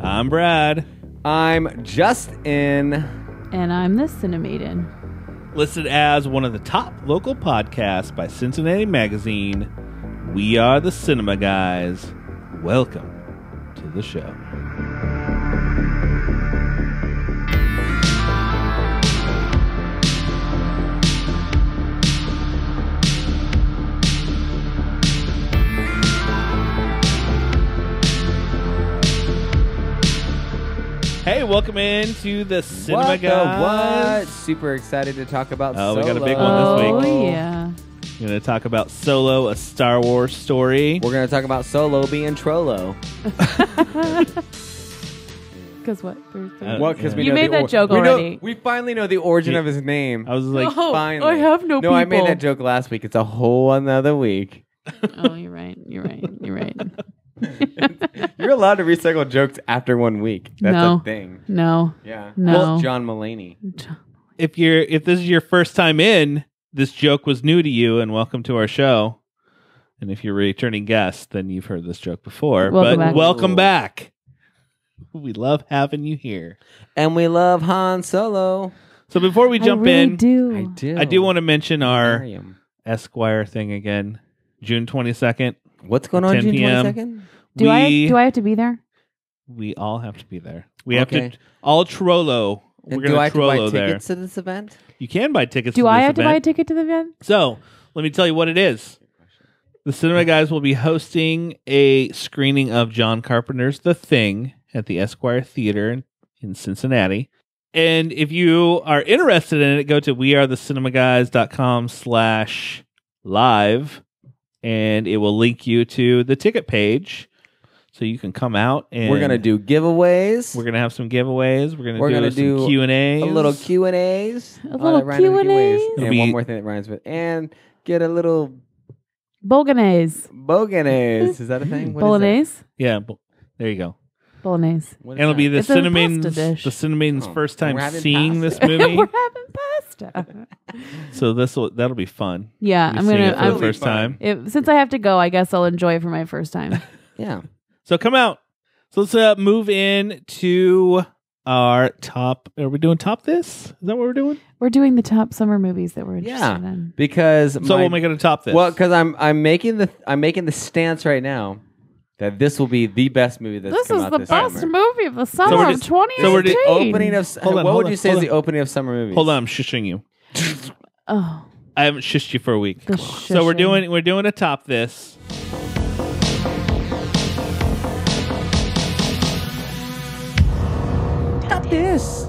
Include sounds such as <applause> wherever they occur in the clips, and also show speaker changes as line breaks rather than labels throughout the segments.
I'm Brad.
I'm Justin.
And I'm the Cinemaiden.
Listed as one of the top local podcasts by Cincinnati Magazine, we are the Cinema Guys. Welcome to the show. Hey, welcome in to the Cinema
what the
Guys.
what? Super excited to talk about.
Oh, we got a big
Solo.
one this
Oh
week.
yeah.
We're going to talk about Solo, a Star Wars story.
We're gonna talk about Solo being Trollo.
Uh,
Because what? There's the-
Uh,
What? Because we
You
know
made
the
that
or-
joke
we know-
already.
we finally know the origin
Yeah.
of his name.
I was
<laughs>
like,
oh,
finally.
I have no.
no, I made that joke last week. It's a whole another
<laughs>
week.
joke. oh, you're right. You're right. You're right.
You're allowed to recycle jokes after one week. That's
No.
a thing.
No.
Yeah.
No.
Well, John Mulaney.
if you're if this is your first time in, this joke was new to you, and welcome to our show. And if you're a returning guest, then you've heard this joke before.
Welcome
but
back.
welcome back. <laughs> We love having you here.
And we love Han Solo.
So before we jump
I really
in,
Do.
I do.
I do want to mention our
Marry him.
Esquire thing again. June twenty second.
What's going on
10
June
p.m.
22nd?
Do
we
I? Do I have to be there?
we all have to be there. We have
Okay.
to all
Uh,
Trollo. We're
And do I
gonna
have to buy
Trollo there.
tickets to this event?
You can buy tickets.
Do
to
I
this
have to
event.
buy a ticket to the event?
So let me tell you what it is. The Cinema Guys will be hosting a screening of John Carpenter's The Thing at the Esquire Theater in- in Cincinnati. And if you are interested in it, go to wearethecinemaguys.com slash live and it will link you to the ticket page. So you can come out and
We're gonna do giveaways.
we're gonna have some giveaways. We're gonna
We're
do
gonna
some
do
Q and A's.
a little Q and A's. uh,
A little Q&As.
It'll
And
be-
one more thing that rhymes with and get a little
Bolognese.
boganese. Is that a thing? What is that?
Bolognese.
Yeah, bo- there you go.
Bolognese.
What is
And it'll be
that?
the
It's a pasta
Cinemain's
dish.
the Cinemain's
Oh,
first time
we're having
seeing
pasta.
this
<laughs>
movie.
<laughs> We're having pasta.
so this will that'll be fun.
yeah,
You're
Uh, I'm
seeing
gonna.
it for the
I'm,
It'll be
first
fun.
time.
if, since I have to go, I guess I'll enjoy it for my
<laughs>
first time.
yeah.
So come out. So let's uh, move in to our top. Are we doing top this? Is that what we're doing?
we're doing the top summer movies that we're interested
Yeah.
in.
Because
So
my,
we'll make it a top this.
well, because I'm I'm making the I'm making the stance right now that this will be the best movie that's
This
come
is
out
the
this
best
summer.
movie of the summer
we're
of
just- so we're
2018.
just
Opening of
Hold on,
what
hold
would
on,
you say
hold
is the
on.
opening of summer movies?
hold on. I'm shushing you.
oh,
I haven't shushed you for a week.
The
so we're
shushing.
doing we're doing a top this.
Stop this.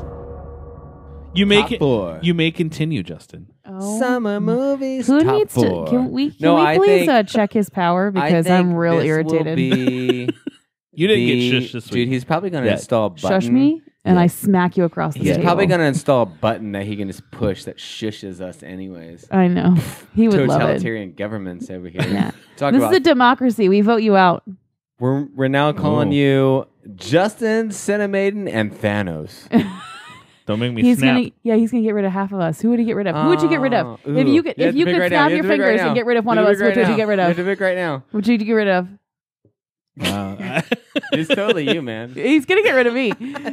You may
Top
con-
four.
you may continue, Justin.
oh.
Summer movies.
Who
top
needs
four.
to? Can we? Can
No,
we
I
please
think-
uh, check his power
I
because I'm
think
real
this will
irritated.
be
<laughs> You didn't
the-
get shushed this
Dude,
week.
he's probably going to
Yeah.
install a button.
Shush me, and I smack you across the
He's
table.
probably going to install a button that he can just push that shushes us anyways.
I know <laughs> he would love it.
Totalitarian governments over here.
Yeah.
<laughs> Talk
This
about
is a democracy. We vote you out.
we're, we're now calling
Ooh.
you Justin, Cinemaiden, and
<laughs>
Thanos.
Don't make me
He's
snap.
gonna, yeah, he's gonna get rid of half of us. Who would he get rid of? Who would you get rid of?
Oh,
if
ooh.
you could,
have
if
to
you
pick
could
right now.
snap
You
your
have to pick right
fingers
now.
and get rid of one
You
of
have
us,
to pick
which
right
would you
now.
get rid
You have
of?
to pick right now.
Which would you get rid of?
Wow.
It's totally you,
<laughs>
man.
He's gonna get rid
<laughs>
of me.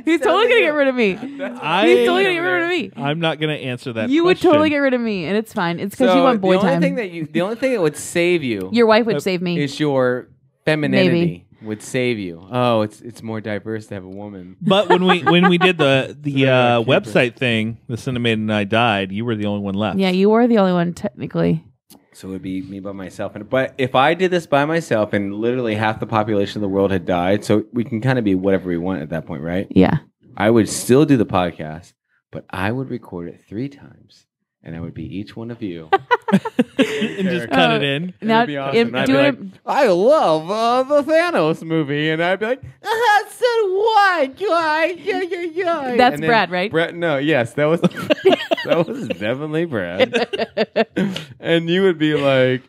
He's totally gonna get rid of me. He's
<laughs>
<laughs>
I
totally gonna get rid of me.
I'm not gonna answer that.
You would totally
question.
get rid of me, and it's fine. It's because you want boy
the only
time.
thing that you, the only thing that would save you
Your wife would save me.
is your femininity would save you. Oh, it's it's more diverse to have a woman.
But when we when we did the the
Sorry, I
uh,
can't breathe.
website thing, the Cinemaid and I died. You were the only one left.
Yeah, you were the only one technically.
So it would be me by myself. And but if I did this by myself and literally half the population of the world had died, so we can kind of be whatever we want at that point, right?
Yeah.
I would still do the podcast, but I would record it three times, and I would be each one of
<laughs>
you.
<laughs> and just cut
Oh,
it in.
It
now,
would be awesome.
if-
And I'd
do
be
it-
like, I love uh, the Thanos movie, and I'd be like, ah, so why, why, yeah, yeah, yeah.
That's
And then
Brad, right?
Brad, no, yes, that was <laughs> that was definitely Brad. <laughs> and you would be like,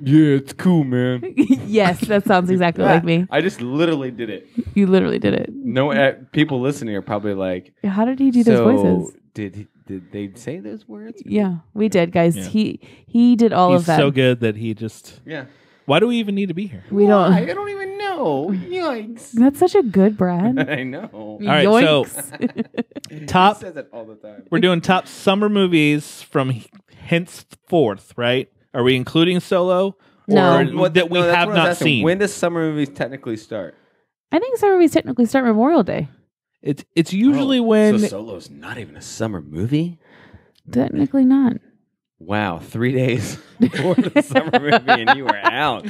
yeah, it's cool, man.
<laughs> yes, that sounds exactly like
<laughs>
me.
I just literally did it.
You literally did it.
No, uh, people listening are probably like,
How did he do
so
those voices?
did he- did they say those words?
Yeah, we did, guys.
Yeah.
He he did all
He's
of that.
so good that he just
Yeah.
Why do we even need to be here?
We
Why?
don't.
I don't even know. Yikes.
<laughs> That's such a good
<laughs>
Brad.
I know.
right, so-
Yoinks.
Top-
He says it all the time.
We're doing top summer movies from henceforth, right? Are we including Solo?
No.
Or
What-
that we
no, that's
have
what I was
not
asking.
seen.
When does summer movies technically start?
<laughs> I think summer movies technically start Memorial Day.
It's it's usually
Oh,
when
so Solo's not even a summer movie.
Technically not.
Wow, three days <laughs>
<laughs>
before the summer movie, and you were out.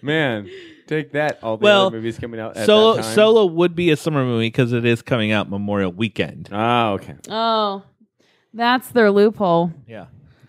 Man, take that! All the
Well,
other movies coming out. At
Solo
that time.
Solo would be a summer movie because it is coming out Memorial Weekend.
Oh, okay.
Oh, that's their loophole.
Yeah.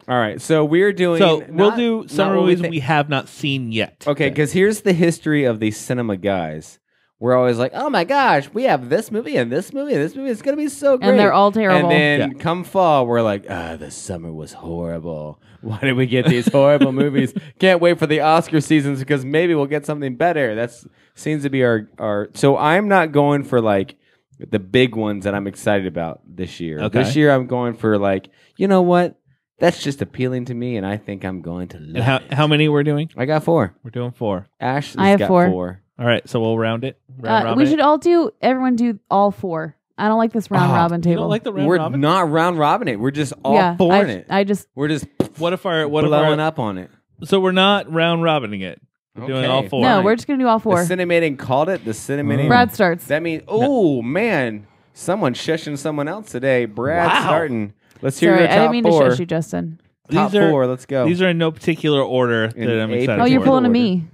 All right. So we're doing.
So
not-
we'll do
not
summer
what
movies
think-
we have not seen yet.
<laughs> Okay, because here's the history of the cinema guys. We're always like, oh my gosh, we have this movie and this movie and this movie. It's gonna be so great.
And they're all terrible.
And then come fall, we're like, ah, the summer was horrible. <laughs> Why did we get
<laughs>
these horrible movies? Can't wait for the Oscar seasons because maybe we'll get something better. That's seems to be our our. So I'm not going for like the big ones that I'm excited about this year.
Okay.
This year I'm going for like, you know what? That's just appealing to me, and I think I'm going to love
And how
it.
how many we're doing?
I got four.
We're doing four.
Ashley's
I have
got
four.
All right, so we'll round it. Round
Uh,
robin
we
it.
should all do. Everyone do all four. I don't like this round
Ah,
robin
You
table.
don't like the round
We're
robin?
not round robin it. We're just all
yeah,
four
I,
in it.
I just
We're just
what if our what if
blowing
our,
up on it.
So we're not round robining it. We're doing
Okay.
all four.
no.
Fine.
We're just gonna do all four.
The Cinemating called it. The Cinemating.
Brad starts.
That means, oh, man, someone shushing someone else today. Brad
Wow.
starting. Let's hear
Sorry,
your top
I didn't mean
four.
to shush you, Justin.
Top
These are-
four. Let's go.
These are in no particular order
In
that I'm
a Uh,
excited
Oh, you're
for.
pulling a
order.
me.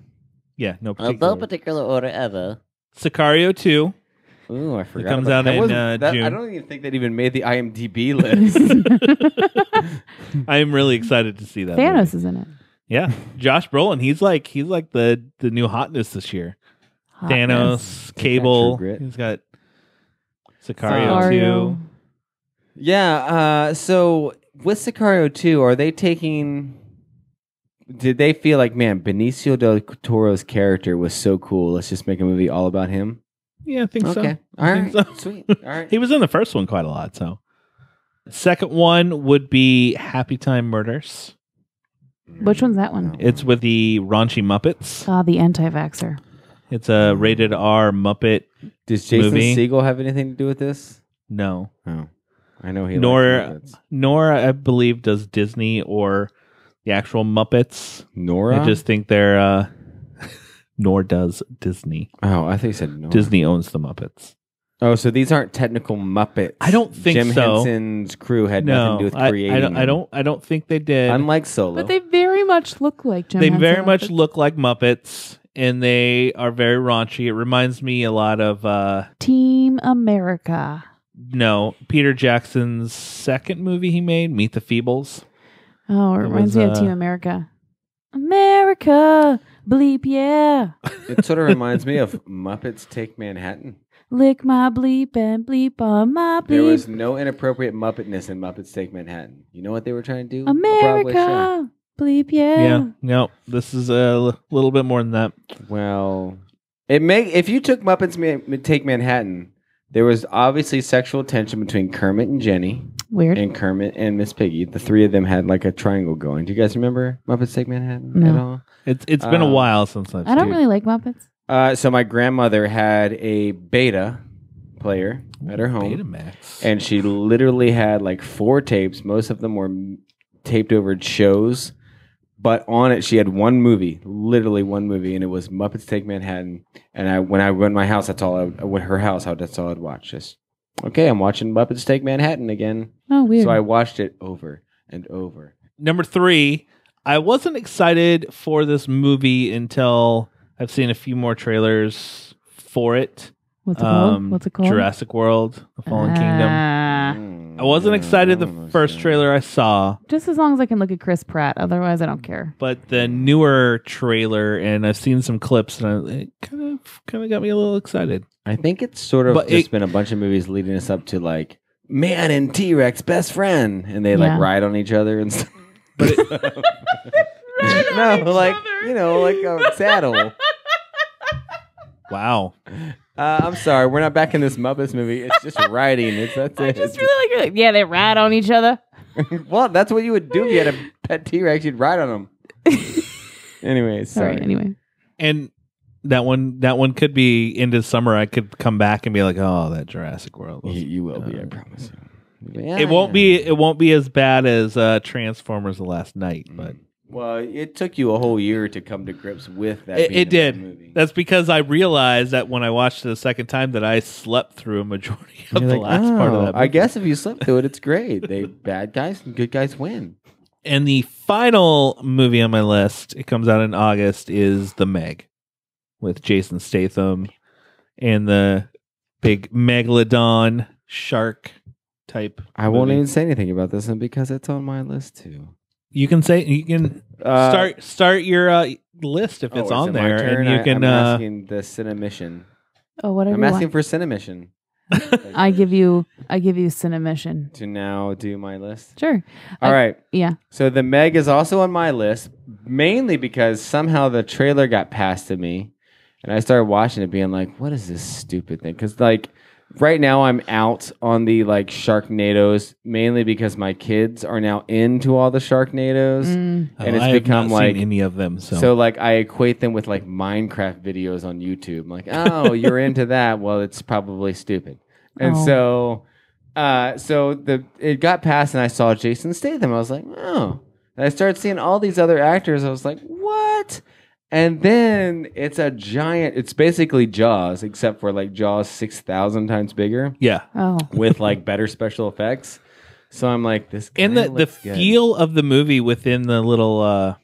Yeah, no particular.
Although particular order ever.
Sicario 2.
Ooh, I forgot.
comes
about
out
that. I
in,
wasn't-
uh,
that- I
June.
don't even think that even made the IMDb
<laughs>
list. Hmm.
I am really excited to see that. movie.
Thanos is in it.
Yeah. Josh Brolin, he's like he's like the the new hotness this year.
Hotness.
Thanos, Cable.
True Grit.
He's got Sicario
Sicario.
2.
yeah. Uh, so with Sicario 2, are they taking. Did they feel like, man, Benicio del Toro's character was so cool? Let's just make a movie all about him?
Yeah, I think
Okay.
so.
All
I
right.
think so.
Sweet. All right.
He was in the first one quite a lot, so. Second one would be Happy Time Murders.
Which one's that one?
It's with the raunchy Muppets.
Ah, the anti-vaxer.
It's a rated R Muppet.
Does Jason
movie.
Siegel have anything to do with this?
No.
Oh, I know he.
Nor-
likes Muppets.
Nor, I believe, does Disney or the actual Muppets.
Nora.
I just think they're. Uh, <laughs> nor does Disney.
oh, I thought you said Nora.
Disney owns the Muppets.
Oh, so these aren't technical Muppets.
I don't think
Jim
so.
Henson's crew had nothing to do
no,
with
I, I
creating.
don't. I
them.
don't. I don't think they did.
Unlike Solo,
But they very much look like Jim.
they
Henson
very much
outfits.
look like Muppets, and they are very raunchy. It reminds me a lot of uh,
Team America.
no Peter Jackson's second movie he made, Meet the Feebles.
Oh, it
It was,
reminds me of
uh,
Team America. America, bleep yeah,
it sort of reminds me of Muppets Take Manhattan.
lick my bleep and bleep on my
There
bleep.
was no inappropriate Muppetness in Muppets Take Manhattan. You know what they were trying to do? A Broadway show.
America, bleep yeah.
Yeah, no, this is a l- little bit more than that.
Well, it may if you took Muppets Ma- Take Manhattan, there was obviously sexual tension between Kermit and Jenny.
Weird.
and Kermit and Miss Piggy. The three of them had like a triangle going. Do you guys remember Muppets Take Manhattan
No.
at all?
It's it's been a
Um,
while since I've
I don't
seen. it.
really like Muppets.
Uh, so my grandmother had a Beta player at her home,
Betamax.
and she literally had like four tapes. Most of them were m- taped over shows, but on it she had one movie, literally one movie, and it was Muppets Take Manhattan. And I when I went to my house, that's all I would, went her house. I- That's all I'd watch. Just okay, I'm watching Muppets Take Manhattan again.
Oh, weird.
So I watched it over and over.
Number three, I wasn't excited for this movie until I've seen a few more trailers for it. Um,
What's it called?
Um,
What's it called?
Jurassic World, The Fallen Kingdom.
Ah.
I wasn't
Mm,
excited the first trailer I saw,
Just as long as I can look at Chris Pratt. Otherwise, I don't <laughs> care.
but the newer trailer, and I've seen some clips, and I, it kind of kind of got me a little excited.
I think it's sort of
But
just
it-
been a bunch of movies leading us up to like man and T Rex best friend, and they like
Yeah.
ride on each other and stuff. <laughs> no, like you know, like
<laughs>
a saddle. Uh,
Wow,
I'm sorry, we're not back in this Muppets movie. It's
<laughs>
just riding. It's that's
I
it.
just really like, it. yeah, they ride on each other.
<laughs>
<laughs>
well, that's what you would do if you had a pet T Rex. You'd ride on him. Anyways,
Sorry.
sorry.
Anyway,
and that one that one could be into summer. I could come back and be like, oh, that Jurassic World.
You,
was-
you will be, I promise.
Yeah,
It won't be it won't be as bad as uh, Transformers the last night,
Mm.
but
Well, it took you a whole year to come to grips with that.
It-
being
it
a
did.
bad Movie.
that's because I realized that when I watched it a second time that I slept through a majority of
You're
the
like,
last part of
"Oh,
that.
I
movie."
guess if you slip through it, it's great. <laughs> They bad guys and good guys win.
And the final movie on my list, it comes out in August, is The Meg with Jason Statham and the big megalodon shark type.
I won't
movie.
even say anything about this one because it's on my list too.
You can say you can
Uh,
start start your uh, list if
oh,
it's
is
on
it my
there,
turn?
and you
I,
can.
I'm
uh,
asking the Cinemission.
oh whatever.
I'm
you
asking
want.
for Cinemission
<laughs> I give you. I give you Cinemission.
to now do my list.
Sure.
All
I-
right.
Yeah.
So the Meg is also on my list, mainly because somehow the trailer got passed to me, and I started watching it, being like, "What is this stupid thing?" Because like right now, I'm out on the like Sharknadoes, mainly because my kids are now into all the Sharknadoes,
Mm,
and it's
Oh, I have
become
not
like
seen any of them. So,
so. like I equate them with like Minecraft videos on YouTube. I'm like, oh,
<laughs>
you're into that. Well, it's probably stupid. And
Oh.
so uh so the it got past and I saw Jason Statham. I was like, oh. And I started seeing all these other actors. I was like, what? And then it's a giant it's basically Jaws, except for like Jaws six thousand times bigger
yeah,
oh.
with like better special effects. So I'm like, this
and the
kinda
the
looks good.
feel of the movie within the little uh,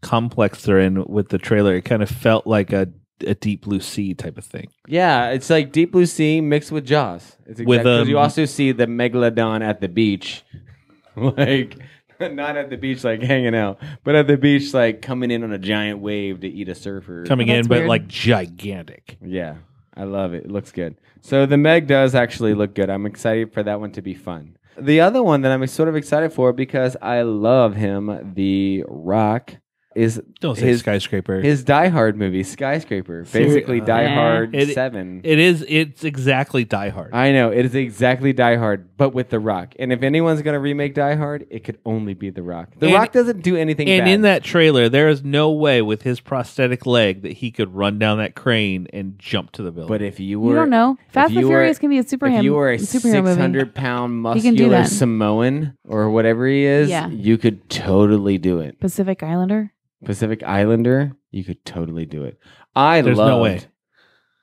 complex they're in with the trailer, it kind of felt like a a deep blue sea type of thing.
Yeah, it's like Deep Blue Sea mixed with Jaws. It's exactly,
With,
because you
um,
also see the megalodon at the beach, <laughs> like <laughs> not at the beach like hanging out, but at the beach like coming in on a giant wave to eat a surfer.
coming
Well,
in,
that's
but
weird.
like gigantic.
Yeah, I love it. It looks good. So the Meg does actually look good. I'm excited for that one to be fun. The other one that I'm sort of excited for because I love him, The Rock, is
Don't say
His-
skyscraper.
his Die Hard movie, Skyscraper.
Seri-
Basically,
uh,
Die
Yeah.
Hard
It-
7.
it is. It's exactly Die Hard.
I know it is exactly Die Hard, but with The Rock. And if anyone's gonna remake Die Hard, it could only be The Rock. The
And-
Rock doesn't do anything.
and
bad.
in that trailer, there is no way with his prosthetic leg that he could run down that crane and jump to the building.
but if you were,
You don't know. Fast
you
and
were-
Furious can be a superhero.
if you were a
superhero
six
movie.
hundred pound
He can do
muscular
that.
Samoan or whatever he is,
Yeah.
you could totally do it.
Pacific Islander.
Pacific Islander, you could totally do it. I
There's
loved,
no way.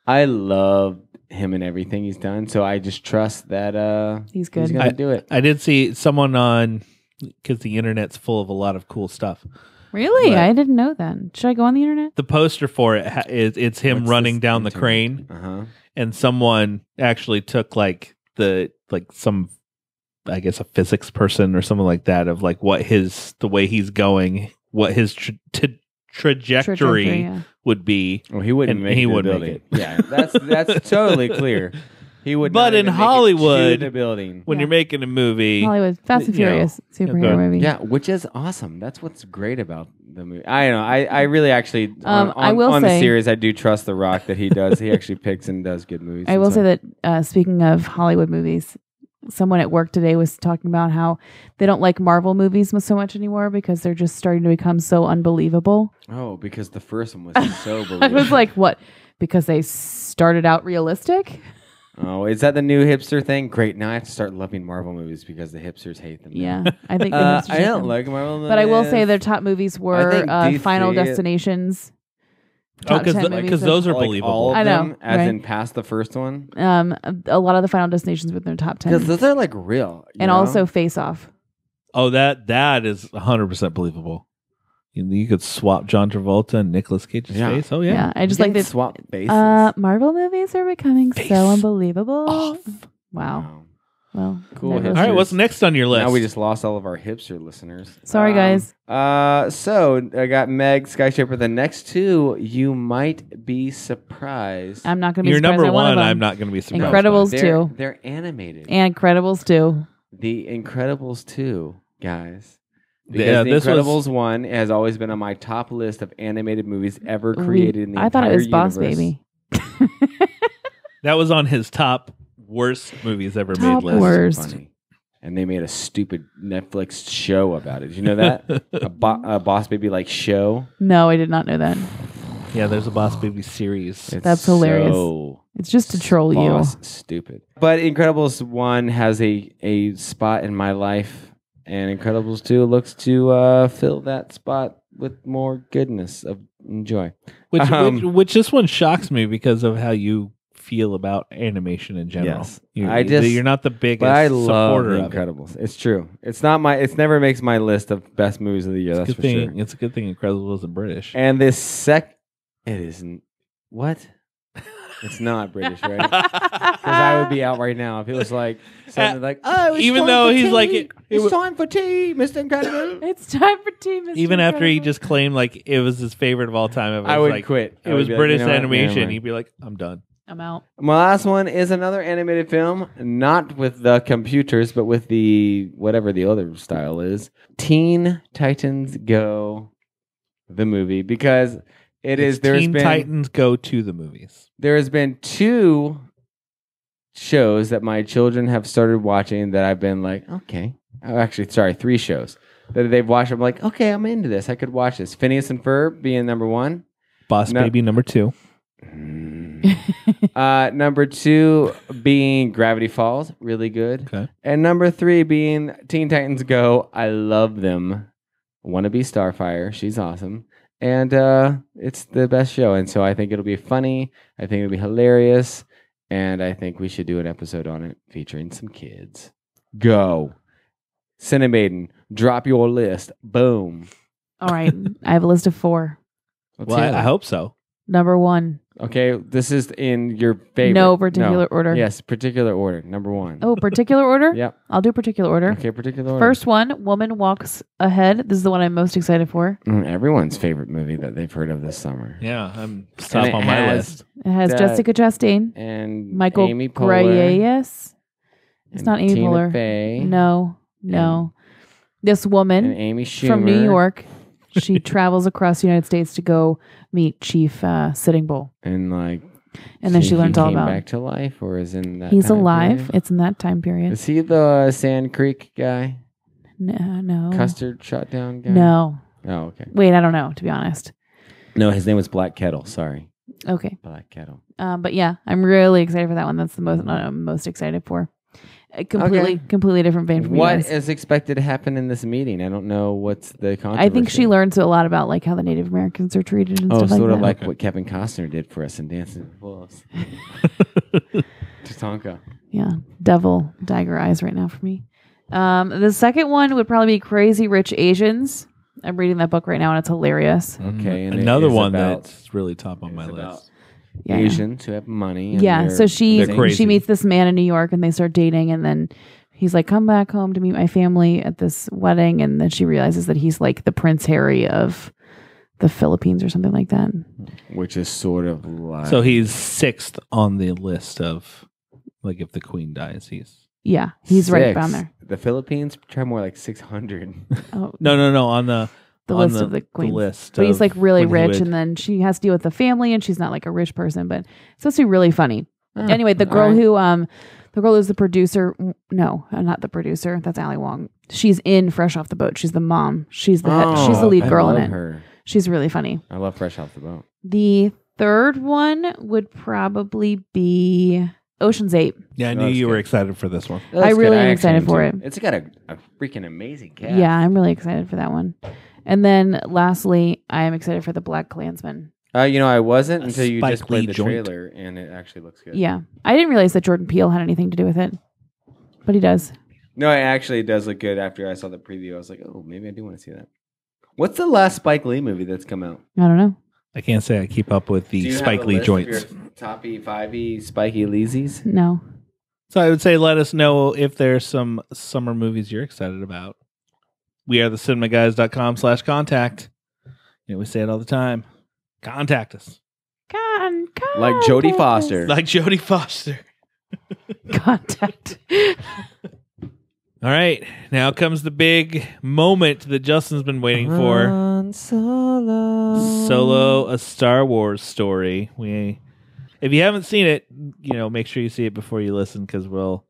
I love him and everything he's done. So I just trust that uh,
He's
he's
good.
gonna do it.
I did see someone on because the internet's full of a lot of cool stuff.
really?
But-
I didn't know that. Should I go on the internet?
The poster for it ha- is it's him
What's
running
this
down the
internet?
crane,
Uh huh.
and someone actually took like the like some. I guess a physics person or something like that of like what his the way he's going, what his tra- t- trajectory,
yeah.
would be.
Well, he wouldn't
And
make
he
it to the
wouldn't
building.
make
<laughs> Yeah, that's that's totally clear. He would.
But
not
in
even make it to
Hollywood-
the building.
<laughs> When
Yeah.
you're making a movie,
Hollywood. Fast and
you know,
Furious superhero
go-
movie.
Yeah, which is awesome. That's what's great about the movie. I don't know. I, I really actually on,
Um, I
on-
will
on the
say-
series I do trust The Rock that he does. he
<laughs>
actually picks and does good movies.
I will say that uh, speaking of Hollywood movies, someone at work today was talking about how they don't like Marvel movies so much anymore because they're just starting to become so unbelievable.
Oh, because the first
<laughs>
one was so.
I was
believable.
like, what? Because they started out realistic?
oh, is that the new hipster thing? Great. Now I have to start loving Marvel movies because the hipsters hate them. now.
Yeah,
<laughs>
I think. they
Uh,
must
I
check
don't
them.
like Marvel movies,
But I will say their top movies were
think
uh,
DC
Final
it-
Destinations.
Oh,
top 10
because
movies of-
those are
Like, all
believable.
of
I know,
them, as
right?
in past the first one.
Um, a lot of the Final Destinations were in their top ten,
Because
and
those are like real. you know?
also Face Off.
oh, that that is 100 percent believable. You, you could swap John Travolta and Nicolas Cage's
Yeah.
face. Oh
Yeah.
yeah.
I just like
They
that.
swap bases.
Uh, Marvel movies are becoming
Face
so unbelievable.
off.
Wow.
Wow.
Well,
Cool.
never-
All right, what's next on your list?
Now we just lost all of our hipster listeners.
Sorry,
Um,
guys.
Uh, so I got Meg Skyscraper. The next two, you might be surprised.
I'm not going to be
Your
surprised
number
at
one.
Of them.
I'm not going to be surprised. by.
Incredibles
they're,
two.
They're animated.
And Incredibles too.
the Incredibles two, guys. Because
Yeah,
the
this was-
Incredibles one has always been on my top list of animated movies ever
We-
created in the
I thought it
entire
was Boss
universe.
Baby.
That was on his top worst movies ever
Top
made list.
worst.
Funny. and they made a stupid Netflix show about it. Did you know that?
<laughs>
Oh. a, bo- a Boss Baby like show.
No, I did not know that.
yeah, there's a Boss Baby series.
It's
That's hilarious.
so
It's just to troll <laughs>
boss Stupid. But Incredibles 1 has a, a spot in my life, and Incredibles 2 looks to uh, fill that spot with more goodness of joy.
Which, which
Um,
which this one shocks me because of how you feel about animation in general.
Yes.
You're,
I just-
you're not the biggest
But I love
supporter
The
of it.
Incredibles. It's true. It's not my. It's never makes my list of best movies of the year.
It's a
that's
good
for
thing.
sure.
It's a good thing Incredibles wasn't British.
And this sec, it isn't. What? It's not British, right?
<laughs>
Because I would be out right now if it was like
Uh,
something like, oh, it's
Even
time
though
for
he's
tea.
like, it- it
it's
wa-
time for tea, Mr.
<laughs>
Incredible.
you. It's time for Team Mr.
Even after he
Incredible.
just claimed like it was his favorite of all time, it was
I would
like,
quit.
It
I would
was
be like, you
British
know what? Never
animation.
mind.
He'd be like, I'm done.
I'm out. <laughs>
My last one is another animated film, not with the computers, but with the whatever the other style is. Teen Titans Go, the movie, because it
It's
is there's
Teen
been
Titans go to the movies.
there has been two shows that my children have started watching that I've been like, okay. Oh, actually, sorry, three shows that they've watched. I'm like, okay, I'm into this. I could watch this. Phineas and Ferb being number one.
Boss
No.
Baby number two.
Uh, number two being Gravity Falls, really good.
Okay.
And number three being Teen Titans Go. I love them. Wanna be Starfire. She's awesome. And uh, it's the best show. And so I think it'll be funny. I think it'll be hilarious. And I think we should do an episode on it featuring some kids. Go. Cinemaiden, drop your list. Boom.
All right. I have a list of four.
Let's
Well,
hear
I, I
it.
hope so.
Number one,
Okay, this is in your favorite.
no particular order.
Yes, particular order. Number one.
Oh,
<laughs>
particular order?
Yep.
I'll do particular order.
Okay, particular order.
First one, Woman Walks Ahead. This is the one I'm most excited for.
Mm, everyone's favorite movie that they've heard of this summer.
Yeah, I'm
And
top
it
on my
has-
list.
It has
That-
Jessica Chastain,
And
Michael
Amy
Gray.
Poehler
Yes. It's
and
not Amy
Tina
Poehler.
Fey
No, no. This
And
woman
Amy Schumer
from New York,
<laughs>
she travels across the United States to go meet Chief uh, Sitting Bull.
And like,
And then she
he
learns all
came
about
back to life, or is in that.
He's
time
alive.
period?
It's in that time period.
Is he the uh, Sand Creek guy?
no, uh, no.
Custard shot down guy?
Oh. No.
Oh, okay.
Wait, I don't know, to be honest.
No, his name was Black Kettle. Sorry,
Okay.
Black Kettle.
Um, but yeah, I'm really excited for that one. That's the most I'm most excited for. A completely, completely different vein from
What
you
is
guys.
expected to happen in this meeting? I don't know what's the controversy.
I think she learns a lot about like how the Native Americans are treated and
Oh,
stuff like
sort
that.
of like what Kevin Costner did for us in Dancing
<laughs>
with Wolves. Tatanka.
yeah, devil dagger eyes right now for me. Um, the second one would probably be Crazy Rich Asians. I'm reading that book right now and it's hilarious.
Okay, and it
Mm-hmm. Another
is
one
about-
that's really top on my
It's about
list.
Yeah.
Asians who have money. and
yeah
they're-
so she
they're crazy.
she meets this man in new york and they start dating and then he's like come back home to meet my family at this wedding and then she realizes that he's like the prince harry of the philippines or something like that
which is sort of like
So he's sixth on the list of like if the queen dies, he's
yeah he's right
six.
down there
The Philippines try more like
<laughs>
six hundred. <laughs>
oh
no, no, no on the
the
on
list of the queens
list
but
of
he's like really
when he
rich
would-
and then she has to deal with the family and she's not like a rich person but it's supposed to be really funny
Mm,
anyway the girl who um the girl who's the producer no not the producer that's ali wong she's in fresh off the boat she's the mom she's the head, she's the
Oh,
lead girl in it
Oh, Her.
She's really funny.
I love Fresh Off the Boat.
The third one would probably be Ocean's Eight.
yeah, I
No,
knew
that's
you were
good.
excited for this one.
I really am excited for it.
It's got a, a freaking amazing cast.
Yeah. I'm really excited for that one. And then lastly, I am excited for the Black Klansman.
Uh, you know, I wasn't
A
until you just
Spike
played
Lee
the
joint.
trailer, and it actually looks good.
Yeah. I didn't realize that Jordan Peele had anything to do with it, but he does.
No, it actually does look good. After I saw the preview, I was like, oh, maybe I do want to see that. What's the last Spike Lee movie that's come out?
I don't know.
I can't say I keep up with
Do
the
you have
Spike
a
Lee
list of
joints.
your Top E, five E, Spiky Leesies.
No.
So I would say let us know if there's some summer movies you're excited about. We are the cinemaguys.com slash contact. You know, we say it all the time. Contact us.
Con-
Like Jodie
contact us.
Foster.
Like Jodie Foster.
<laughs> Contact.
All right. Now comes the big moment that Justin's been waiting for.
solo.
Solo a Star Wars story. We if you haven't seen it, you know, make sure you see it before you listen cuz we'll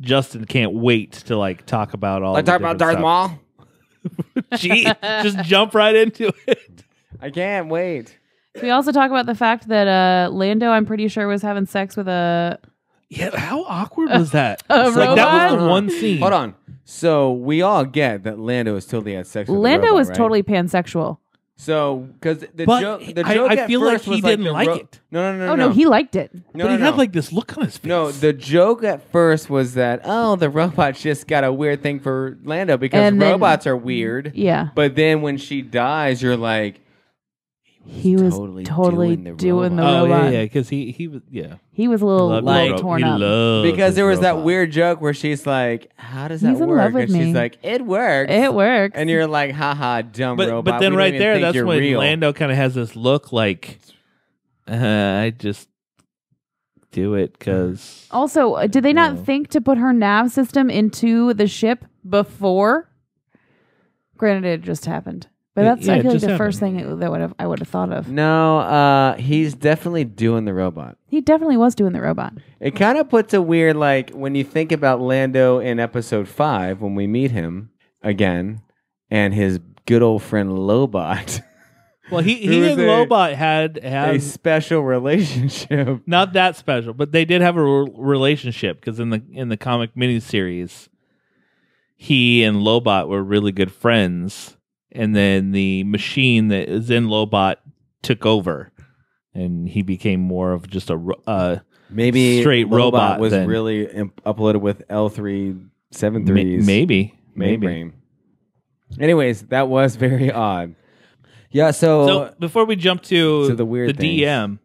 Justin can't wait to like talk about all.
Let's
the
talk about Darth
different
Maul.
stuff. Gee, just jump right into it.
I can't wait.
We also talk about the fact that uh, Lando, I'm pretty sure, was having sex with a.
Yeah, how awkward was that?
<laughs> A
It's like, that was the
robot?
one scene.
Hold on. So we all get that Lando is totally had sex. With
Lando
the robot,
was
right?
totally pansexual.
So because the
But
joke, the
I-
joke
I
at
feel like
first
he
was
didn't
the
like
ro-
it.
No, no, no,
oh no, he liked it.
But he
no,
had
no.
like this look on his face.
No, the joke at first was that oh, the robots just got a weird thing for Lando because
And then-
robots are weird.
Yeah,
But then when she dies, you're like,
he was
totally
totally,
doing
doing
the
the
oh
robot.
yeah, yeah, because he he was yeah.
He was a little,
Loved
little
the ro-
torn
he
up.
loves
because
his
there was that
Oh, robot.
weird joke where she's like, how does that
He's in
work?
love with
and
me.
she's like, it works.
It works.
And you're like, haha, dumb
But
robot.
but then
we don't
right
even
there,
think
that's
you're
when
real.
Lando kind of has this look like, uh, I just do it because
also, uh, did they not
Yeah.
think to put her nav system into the ship before? Granted, it just happened, but
It-
that's
yeah,
I
it
feel like
just
the first
happened.
thing it- that would have I would have thought of.
No, uh, he's definitely doing the robot.
He definitely was doing the robot.
It kind of puts a weird like when you think about Lando in episode five when we meet him again and his good old friend Lobot, <laughs>
well he
It
he
was
and
a-
Lobot had
a
had
special relationship.
not that special, but they did have a re- relationship because in the in the comic miniseries, he and Lobot were really good friends, and then the machine that is in Lobot took over, and he became more of just a ro- uh,
Maybe
Straight
Lobot
robot
was
then.
really imp- uploaded with L three seven
ma-
threes
maybe maybe.
mainframe. Anyways, that was very odd. Yeah, so,
So before we jump to,
So the weird things.
DM,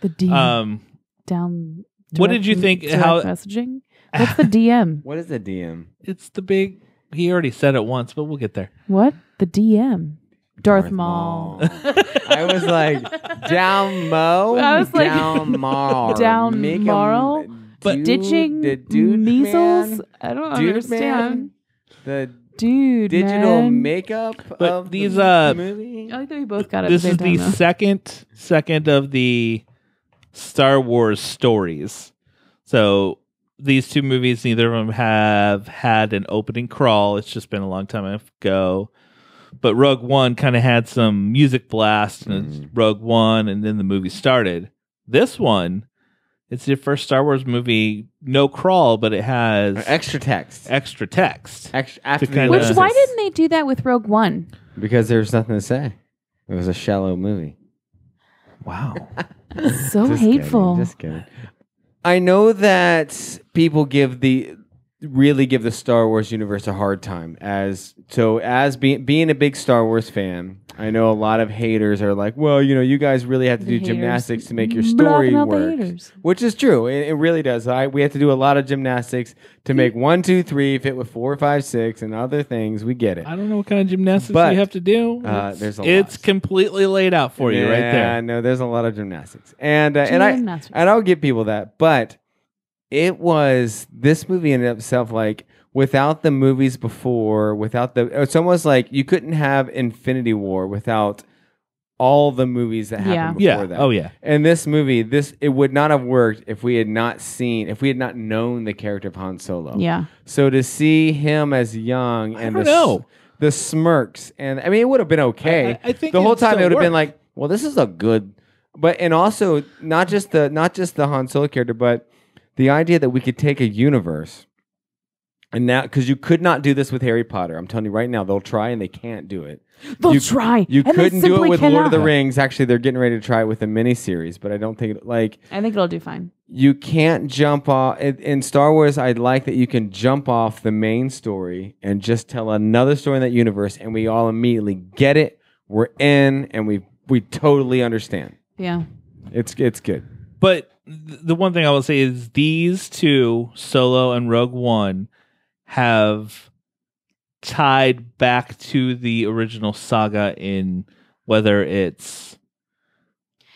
The DM
um,
down.
what did you think-
direct
how-
messaging? What's the DM?
<laughs>
what is the DM?
it's the big. He already said it once, but we'll get there.
What the DM? Darth, Maul.
<laughs>
I was like, down Mo.
I was like, <laughs>
down Mar.
down
Make 'em
Marl,
but-
dude-
Ditching
the dude
measles.
man,
I don't
dude
understand.
man, the
Dude,
digital
man.
makeup
But
of
these,
the
uh,
movie.
I like that we both got it.
this
at
is
the same
the
time, though.
second second of the Star Wars stories. So these two movies, neither of them have had an opening crawl. It's just been a long time ago. But Rogue One kind of had some music blast, and it's Rogue One, and then the movie started. This one, it's the first Star Wars movie, no crawl, but it has
extra text.
extra text.
Extra, after
To
the
kinda-
Which
Yeah.
why didn't they do that with Rogue One?
Because there's nothing to say. It was a shallow movie.
Wow.
So
Just kidding,
hateful.
just kidding. I know that people give the really give the Star Wars universe a hard time as so as being being a big Star Wars fan. I know a lot of haters are like, well, you know, you guys really have to
The
do
haters.
gymnastics to make your
Blocking
story
out the
work,
haters.
which is true. It, it really does. I we have to do a lot of gymnastics to make one, two, three fit with four, five, six, and other things. We get it.
I don't know what kind of gymnastics
But,
you have to do.
uh,
It's-
there's a lot.
it's completely laid out for you right
Yeah,
there.
no, there's a lot of gymnastics, and uh, and I
Gymnastics.
and I'll give people that, but it was this movie in itself like without the movies before, without the it's almost like you couldn't have Infinity War without all the movies that happened
Yeah.
before that.
Oh yeah.
And this movie, this it would not have worked if we had not seen, if we had not known the character of Han Solo.
Yeah.
So to see him as young
I
and
don't
the, s-
know.
the smirks, and I mean, it would have been okay.
I- I think
the
it
whole time it
still
would have been
worked.
like, well, this is a good, but and also not just the not just the Han Solo character, but the idea that we could take a universe and now because you could not do this with Harry Potter. I'm telling you right now, they'll try and they can't do it.
They'll
You-
try.
You
and they
couldn't do
simply
it with Lord of the
cannot.
Rings. Actually, they're getting ready to try it with a miniseries, but I don't think like
I think it'll do fine.
you can't jump off in, in Star Wars. I'd like that you can jump off the main story and just tell another story in that universe, and we all immediately get it. We're in, and we we totally understand.
Yeah.
It's it's good.
But th- the one thing I will say is these two, Solo and Rogue One, have tied back to the original saga in whether it's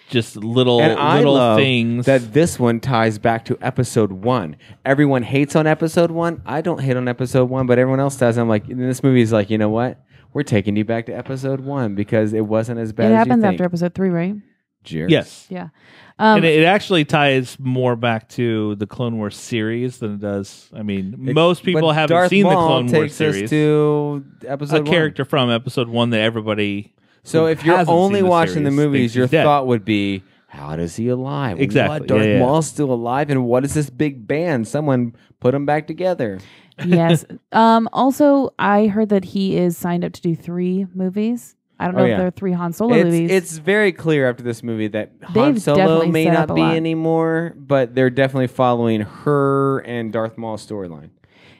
just little
And I
little
love
things
That this one ties back to episode one. Everyone hates on episode one. I don't hate on episode one, but everyone else does. I'm like, and this movie is like, you know what? We're taking you back to episode one because it wasn't as bad.
it
as you
happens
think.
after episode three, right?
Jerks.
Yes.
Um,
and it, it actually ties more back to the Clone Wars series than it does. I mean, most people
But
haven't
Darth
seen
Maul
the Clone Wars
takes us
series.
to episode
a character from Episode One that everybody
One. So
who
if you're
hasn't
only
seen the
watching the
series thinks
movies, your
he's dead.
thought would be, "How does he alive?
Exactly.
What? Darth
Yeah, yeah.
Maul's still alive, and what is this big band? Someone put them back together."
<laughs> yes. Um, also, I heard that he is signed up to do three movies. I don't know
Oh,
if
yeah.
they're three Han Solo movies.
It's, it's very clear after this movie that Han
They've
Solo
definitely
may
set
not
up a
be
lot.
anymore, but they're definitely following her and Darth Maul's storyline.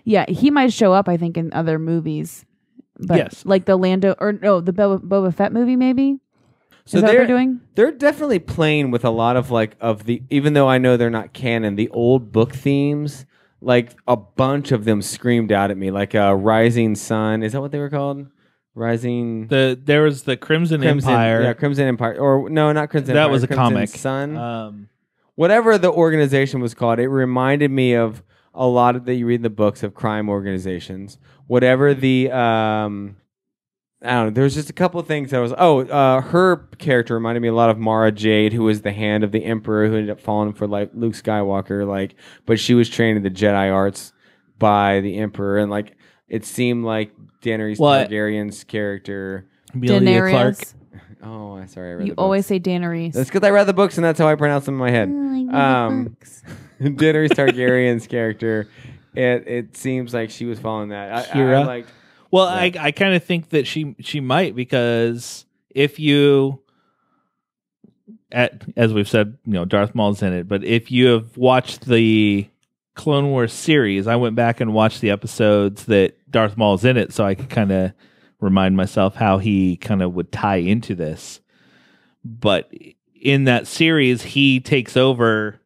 yeah, he might show up. I think in other movies. But
Yes.
like the Lando or no, the Boba, Boba Fett movie maybe.
So
is that what
they're
they're doing?
they're definitely playing with a lot of like of the even though I know they're not canon, the old book themes. Like a bunch of them screamed out at me, like uh, "Rising Sun." Is that what they were called? Rising
the there was the Crimson,
Crimson Yeah,
Empire.
Crimson Empire, or no, not Crimson.
That
Empire,
was a
Crimson
comic.
Sun.
Um,
whatever the organization was called, it reminded me of a lot of that you read in the books of crime organizations. Whatever the um, I don't know. There was just a couple of things that was. Oh, uh, her character reminded me a lot of Mara Jade, who was the hand of the Emperor, who ended up falling for like Luke Skywalker. Like, but she was trained in the Jedi arts by the Emperor, and like it seemed like Daenerys
Well,
Targaryen's character.
Amelia Clark.
Daenerys.
Oh, I sorry, I read
You
the
always
books.
say Daenerys.
That's because I read the books, and that's how I pronounce them in my head. <laughs> Um, Daenerys Targaryen's character. It it seems like she was following that. I, I
Kira.
like
Well,
Yeah.
I I kind of think that she she might because if you at as we've said, you know, Darth Maul's in it, but if you have watched the Clone Wars series, I went back and watched the episodes that Darth Maul's in it so I could kind of remind myself how he kind of would tie into this. But in that series, he takes over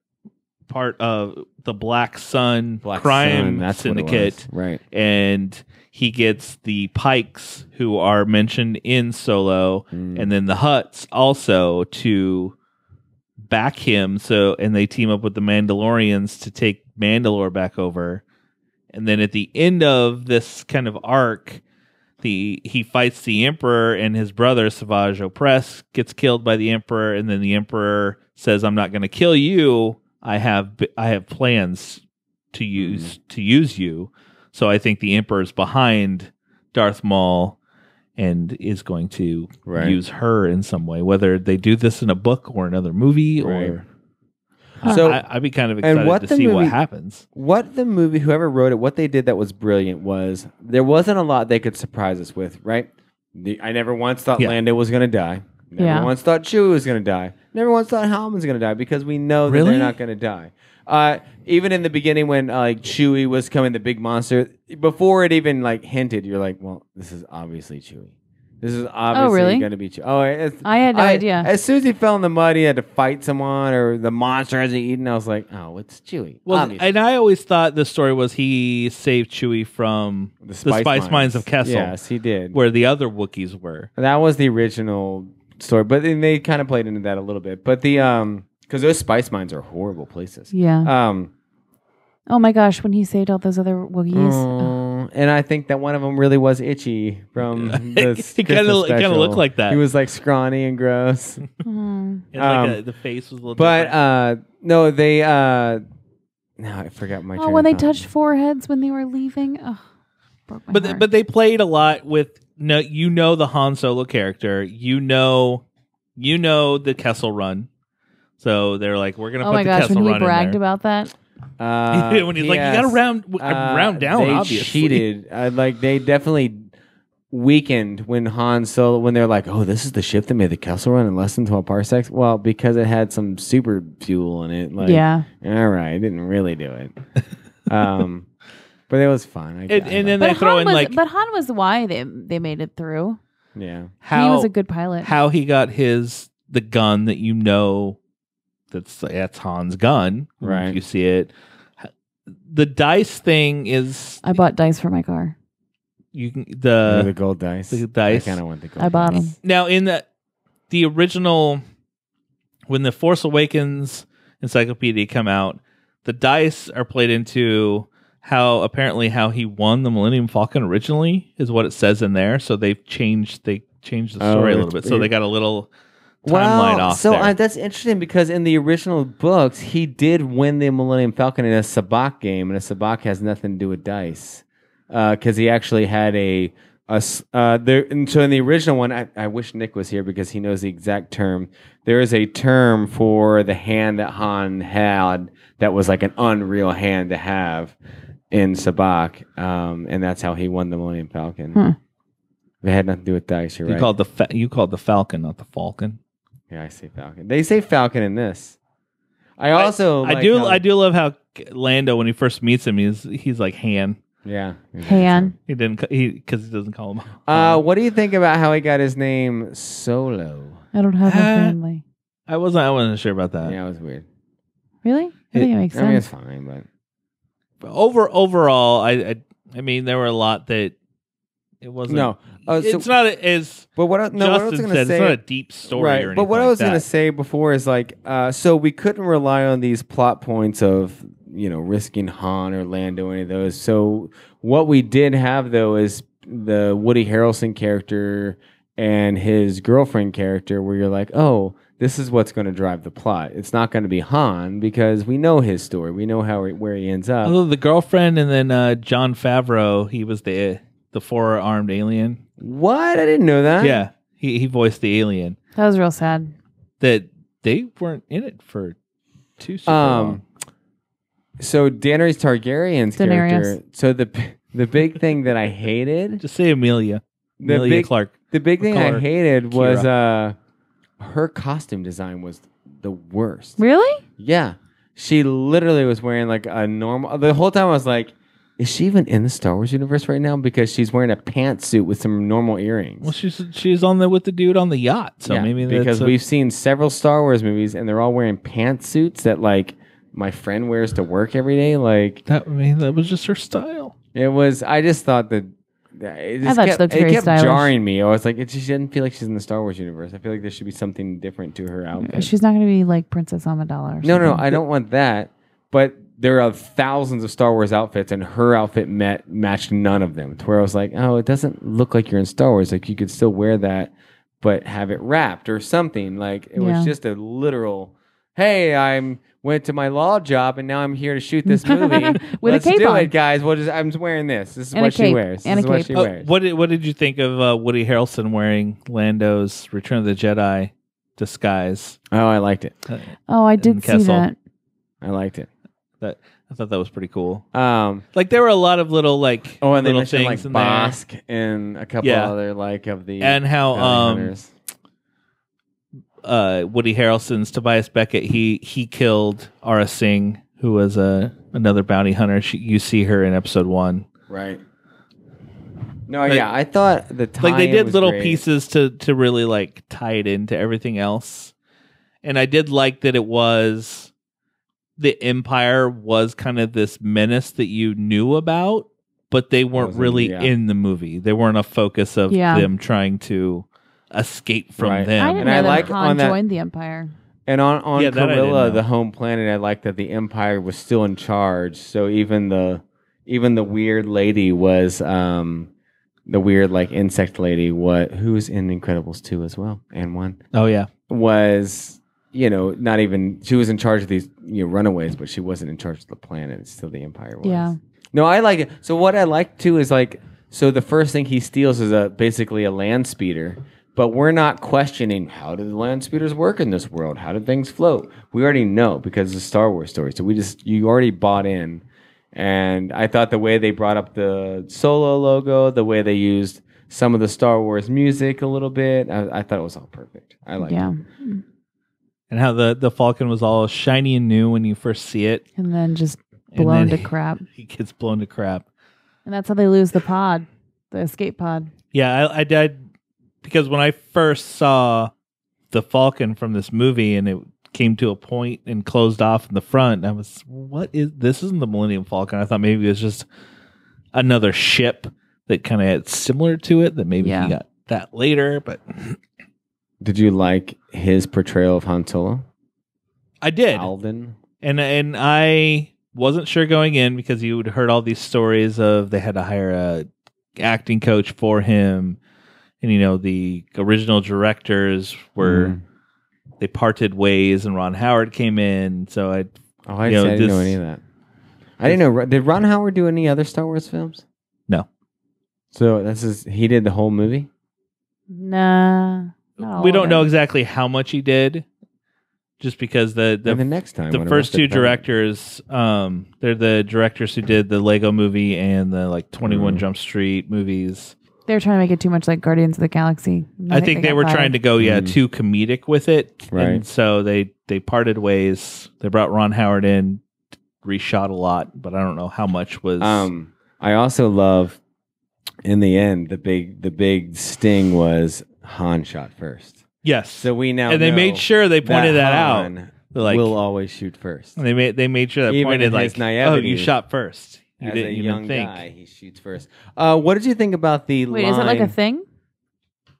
part of the Black Sun crime syndicate
right?
and he gets the pikes who are mentioned in solo
Mm,
and then the huts also to back him so and they team up with the mandalorians to take mandalore back over and then at the end of this kind of arc the he fights the emperor and his brother savage opress gets killed by the emperor and then the emperor says i'm not going to kill you i have b- i have plans to use to use you so i think the emperor's behind darth maul and is going to
Right.
use her in some way whether they do this in a book or another movie or
Right. So-
I, i'd be kind of excited
what
to
the
see what
movie-
happens
What the movie, whoever wrote it, what they did that was brilliant was there wasn't a lot they could surprise us with, right? The, I never once thought
Yeah.
Lando was going to die. Never
Yeah.
once thought Chewie was going to die. Never once thought Halman's going to die because we know that
Really?
they're not going to die. Uh, even in the beginning when uh, like Chewie was coming, the big monster, before it even like hinted, you're like, well, this is obviously Chewie. This is obviously
really?
going to be Chewie. Oh, it's,
I had no idea.
As soon as he fell in the mud, he had to fight someone or the monster has eaten. I was like, oh, it's Chewie.
Well,
Obviously.
and I always thought the story was he saved Chewie from the Spice, Mines. of Kessel,
Yes, he did.
where the other Wookiees were.
that was the original story, but then they kind of played into that a little bit. But the um, because those Spice Mines are horrible places.
yeah.
Um,
oh my gosh, when he saved all those other Wookiees.
oh, and I think that one of them really was itchy
<laughs>
from this.
He kinda- he
Christmas
kinda
special.
looked like that.
He was like scrawny and
<laughs>
gross.
Mm.
And like
Um,
a, the face was a little.
but
different.
uh, no, they uh, no, I forgot my.
Oh,
train
when
of
they
thought.
touched foreheads when they were leaving. Oh, broke my
but
heart.
but they played a lot with no. You know the Han Solo character. You know, you know the Kessel Run. So they're like, we're gonna
oh
put
my
the
gosh,
Kessel
when he
Run in
bragged
there.
about that.
Uh,
<laughs> when he's
yes.
like, you gotta round
Uh,
round down.
They
obviously,
cheated. Uh, like they definitely weakened when Han Solo when they're like, "Oh, this is the ship that made the Kessel Run in less than twelve parsecs." Well, because it had some super fuel in it. Like,
yeah.
all right, it didn't really do it. Um, but it was fun. I,
<laughs> And,
I
and then
But
they
Han,
throw in
was,
like
but Han was why they they made it through.
liked- yeah,
how
he was a good pilot.
how he got his the gun that you know that's that's Han's gun.
Right.
You see it. The dice thing is
I bought dice for my car.
you can
Or
the
the gold dice.
Uh, the dice.
I kind of want the gold.
I bought
dice.
them.
now in the the original when the Force Awakens encyclopedia come out, the dice are played into how apparently how he won the Millennium Falcon originally is what it says in there. So they've changed they changed the
Oh,
story a
it's
little bit. So they
weird.
got a little timeline off
So
there.
uh, that's interesting because in the original books, he did win the Millennium Falcon in a sabacc game, and a sabacc has nothing to do with dice because he actually had a. a s- uh, there, and so in the original one, I, I wish Nick was here because he knows the exact term. There is a term for the hand that Han had that was like an unreal hand to have in sabacc, um, and that's how he won the Millennium Falcon.
Hmm.
It had nothing to do with dice. You're
you
right.
called the fa- you called the Falcon, not the Falcon.
Yeah, I say Falcon. They say Falcon in this. I also
I
like
do
how-
I do love how Lando when he first meets him, he's he's like Han.
Yeah.
Han.
He didn't ca- he because he doesn't call him.
Uh, what do you think about how he got his name Solo?
I don't have a
Uh,
family.
I wasn't I wasn't sure about that.
Yeah, it was weird.
Really? I think it, makes
I mean, it's
sense.
fine, but
But over overall, I, I I mean there were a lot that it wasn't.
no. Uh, so,
it's not as
but what? I, no, what I was
Justin
gonna
said.
say.
It's not a deep story or anything.
But what I
like
was
that.
to say before is like, uh, so we couldn't rely on these plot points of, you know, risking Han or Lando, any of those. So what we did have, though, is the Woody Harrelson character and his girlfriend character, where you're like, oh, this is what's going to drive the plot. It's not going to be Han because we know his story. We know how he, where he ends up.
Although the girlfriend and then uh, John Favreau, he was the the four armed alien.
What? I didn't know that.
yeah, he he voiced the alien
That was real sad.
that they weren't in it for too super long.
Um, so Daenerys Targaryen's
Daenerys.
character. So the the big thing that I
<laughs>
hated
Just say Amelia,
the
Amelia
big
Clark.
the big thing
Call her
I hated was uh, her costume design was the worst.
Really?
Yeah, she literally was wearing like a normal. The whole time I was like, is she even in the Star Wars universe right now? Because she's wearing a pantsuit with some normal earrings.
Well, she's she's on the with the dude on the yacht, so
Yeah,
maybe that's
because
a-
we've seen several Star Wars movies and they're all wearing pantsuits that like my friend wears to work every day. Like
that I mean that was just her style.
It was. I just thought that. that- It just
thought she
kept,
looked
it
very
kept
stylish.
jarring me. I was like, it just didn't feel like she's in the Star Wars universe. I feel like there should be something different to her outfit.
She's not going to be like Princess Amidala or
no, no,
something. <laughs>
I don't want that. But there are thousands of Star Wars outfits, and her outfit met matched none of them. To where I was like, oh, it doesn't look like you're in Star Wars. Like you could still wear that, but have it wrapped or something. Like it
Yeah.
was just a literal. Hey, I'm went to my law job, and now I'm here to shoot this movie.
<laughs> With a
Let's
cape
do
on.
it, guys. We'll just, I'm just wearing this. This is
And a
what she
cape.
wears. This
And a
is what
cape.
she
Uh,
wears.
what did what did you think of uh, Woody Harrelson wearing Lando's Return of the Jedi disguise?
Oh, I liked it.
Uh,
Oh, I
in
did see
Kessel.
that.
I liked it.
that I thought that was pretty cool.
Um,
Like there were a lot of little like
oh, and they
little
mentioned
things
like
in there,
Bosk and a couple
Yeah.
other like of the
and how
bounty
um
hunters.
uh Woody Harrelson's Tobias Beckett he he killed Ara Singh who was a another bounty hunter. She, you see her in episode one.
right. No,
Like-
yeah, I thought the time
like they did little pieces to to really like tie it into everything else and i did like that it was the empire was kind of this menace that you knew about but they weren't
Wasn't-
really
yeah.
in the movie they weren't a focus of
Yeah.
them trying to escape from
Right.
them
I
And
didn't know
I
that
like
Han
on that-
joined the Empire.
And on on
Yeah, that I didn't
Corilla,
know.
the home planet, I liked that the Empire was still in charge. So even the even the weird lady was um the weird like insect lady. What who's in Incredibles two as well and one.
oh yeah
was you know not even she was in charge of these you know runaways but she wasn't in charge of the planet it's still the empire was
Yeah.
no i like it so what i like too is like so the first thing he steals is a basically a land speeder but we're not questioning how do the land speeders work in this world how do things float we already know because it's a star wars story so we just you already bought in and i thought the way they brought up the solo logo the way they used some of the star wars music a little bit i, I thought it was all perfect i like
yeah.
and how the the falcon was all shiny and new when you first see it
And then just
and <laughs>
blown
then
to crap.
he gets blown to crap
And that's how they lose the pod, the escape pod.
Yeah, I, I did because when I first saw the Falcon from this movie, and it came to a point and closed off in the front, I was, "What is this? Isn't the Millennium Falcon?" I thought maybe it was just another ship that kind of had similar to it. That maybe
Yeah.
he got that later, but
Did you like his portrayal of Han Solo?
I did,
Alden.
and and I wasn't sure going in because you would heard all these stories of they had to hire a acting
Mm.
coach for him, and you know the original directors were. they parted ways, and Ron Howard came in. So I
Oh, I,
You know,
I didn't know
this-
any of that. I didn't know. Did Ron Howard do any other Star Wars films?
No.
So this is he did the whole movie.
Nah. not all
we
of
don't know
it.
exactly how much he did, just because the
The,
the
the next time,
the
when I
first
watched
two
it, probably-
directors um they're the directors who did the lego movie and the like 21
Mm.
jump street movies
They're trying to make it too much like Guardians of the Galaxy.
i, think, they,
got
were
fired.
trying to go yeah
Mm.
too comedic with it
Right.
and so they they parted ways they brought ron howard in reshot a lot but i don't know how much was
Um, I also love in the end the big the big sting was Han shot first.
yes
So we now
and they
know
made sure they pointed that, out
Han
They're like
will always shoot first.
they made they made sure that
Even
pointed
in
like
his naivety,
oh you shot first you
As
didn't
a
even
young
think
guy, he shoots first. Uh, what did you think about the
Wait,
line?
is it like a thing?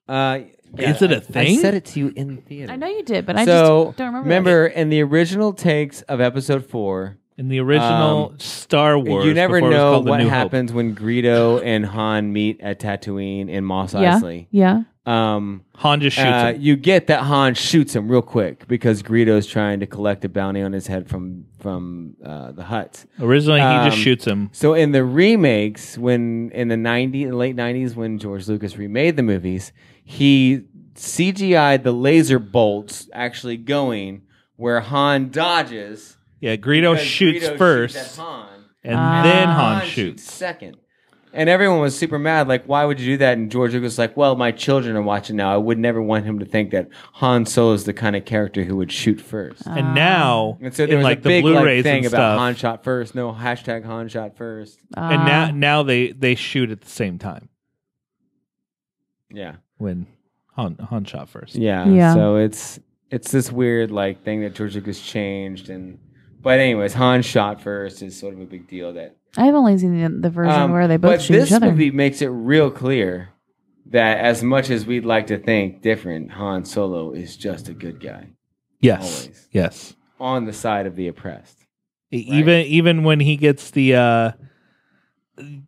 Uh, yeah,
Is it a
I-
thing?
I said it to you in the theater.
I know you did, but I
so
just don't remember. that.
remember in the original takes of episode four,
in the original star wars
Um, you never
before it was
know
called The
what
New Hope.
happens when Greedo and Han meet at Tatooine in Mos
Yeah.
Eisley.
Yeah.
Um,
han just shoots
uh,
him.
you get that Han shoots him real quick because Greedo's trying to collect a bounty on his head from from uh, the Hutt.
Originally, he just
Um,
shoots him.
So in the remakes, when in the 90, late nineties, when George Lucas remade the movies, he CGI'd the laser bolts actually going where Han dodges.
Yeah, Greedo
because
shoots
Greedo shoots
first,
at Han,
and
Ah.
then
and
Han shoots.
second. And everyone was super mad. Like, why would you do that? And George Lucas was like, well, my children are watching now. I would never want him to think that Han Solo is the kind of character who would shoot first.
Ah.
And now,
and so there
in
was
like
a
the
big like,
Blu-rays
thing
and
about
stuff,
Han shot first. No hashtag Han shot first.
and now
Ah.
now they they shoot at the same time
Yeah.
when Han Han shot first.
Yeah.
Yeah.
So it's it's this weird like thing that George Lucas changed and but anyways, Han shot first is sort of a big deal that
I've only seen the, the version
Um,
where they both
but
shoot
this
each other.
movie makes it real clear that as much as we'd like to think different, Han Solo is just a good guy
Yes,
Always.
yes.
on the side of the oppressed.
E- Even even when he gets the uh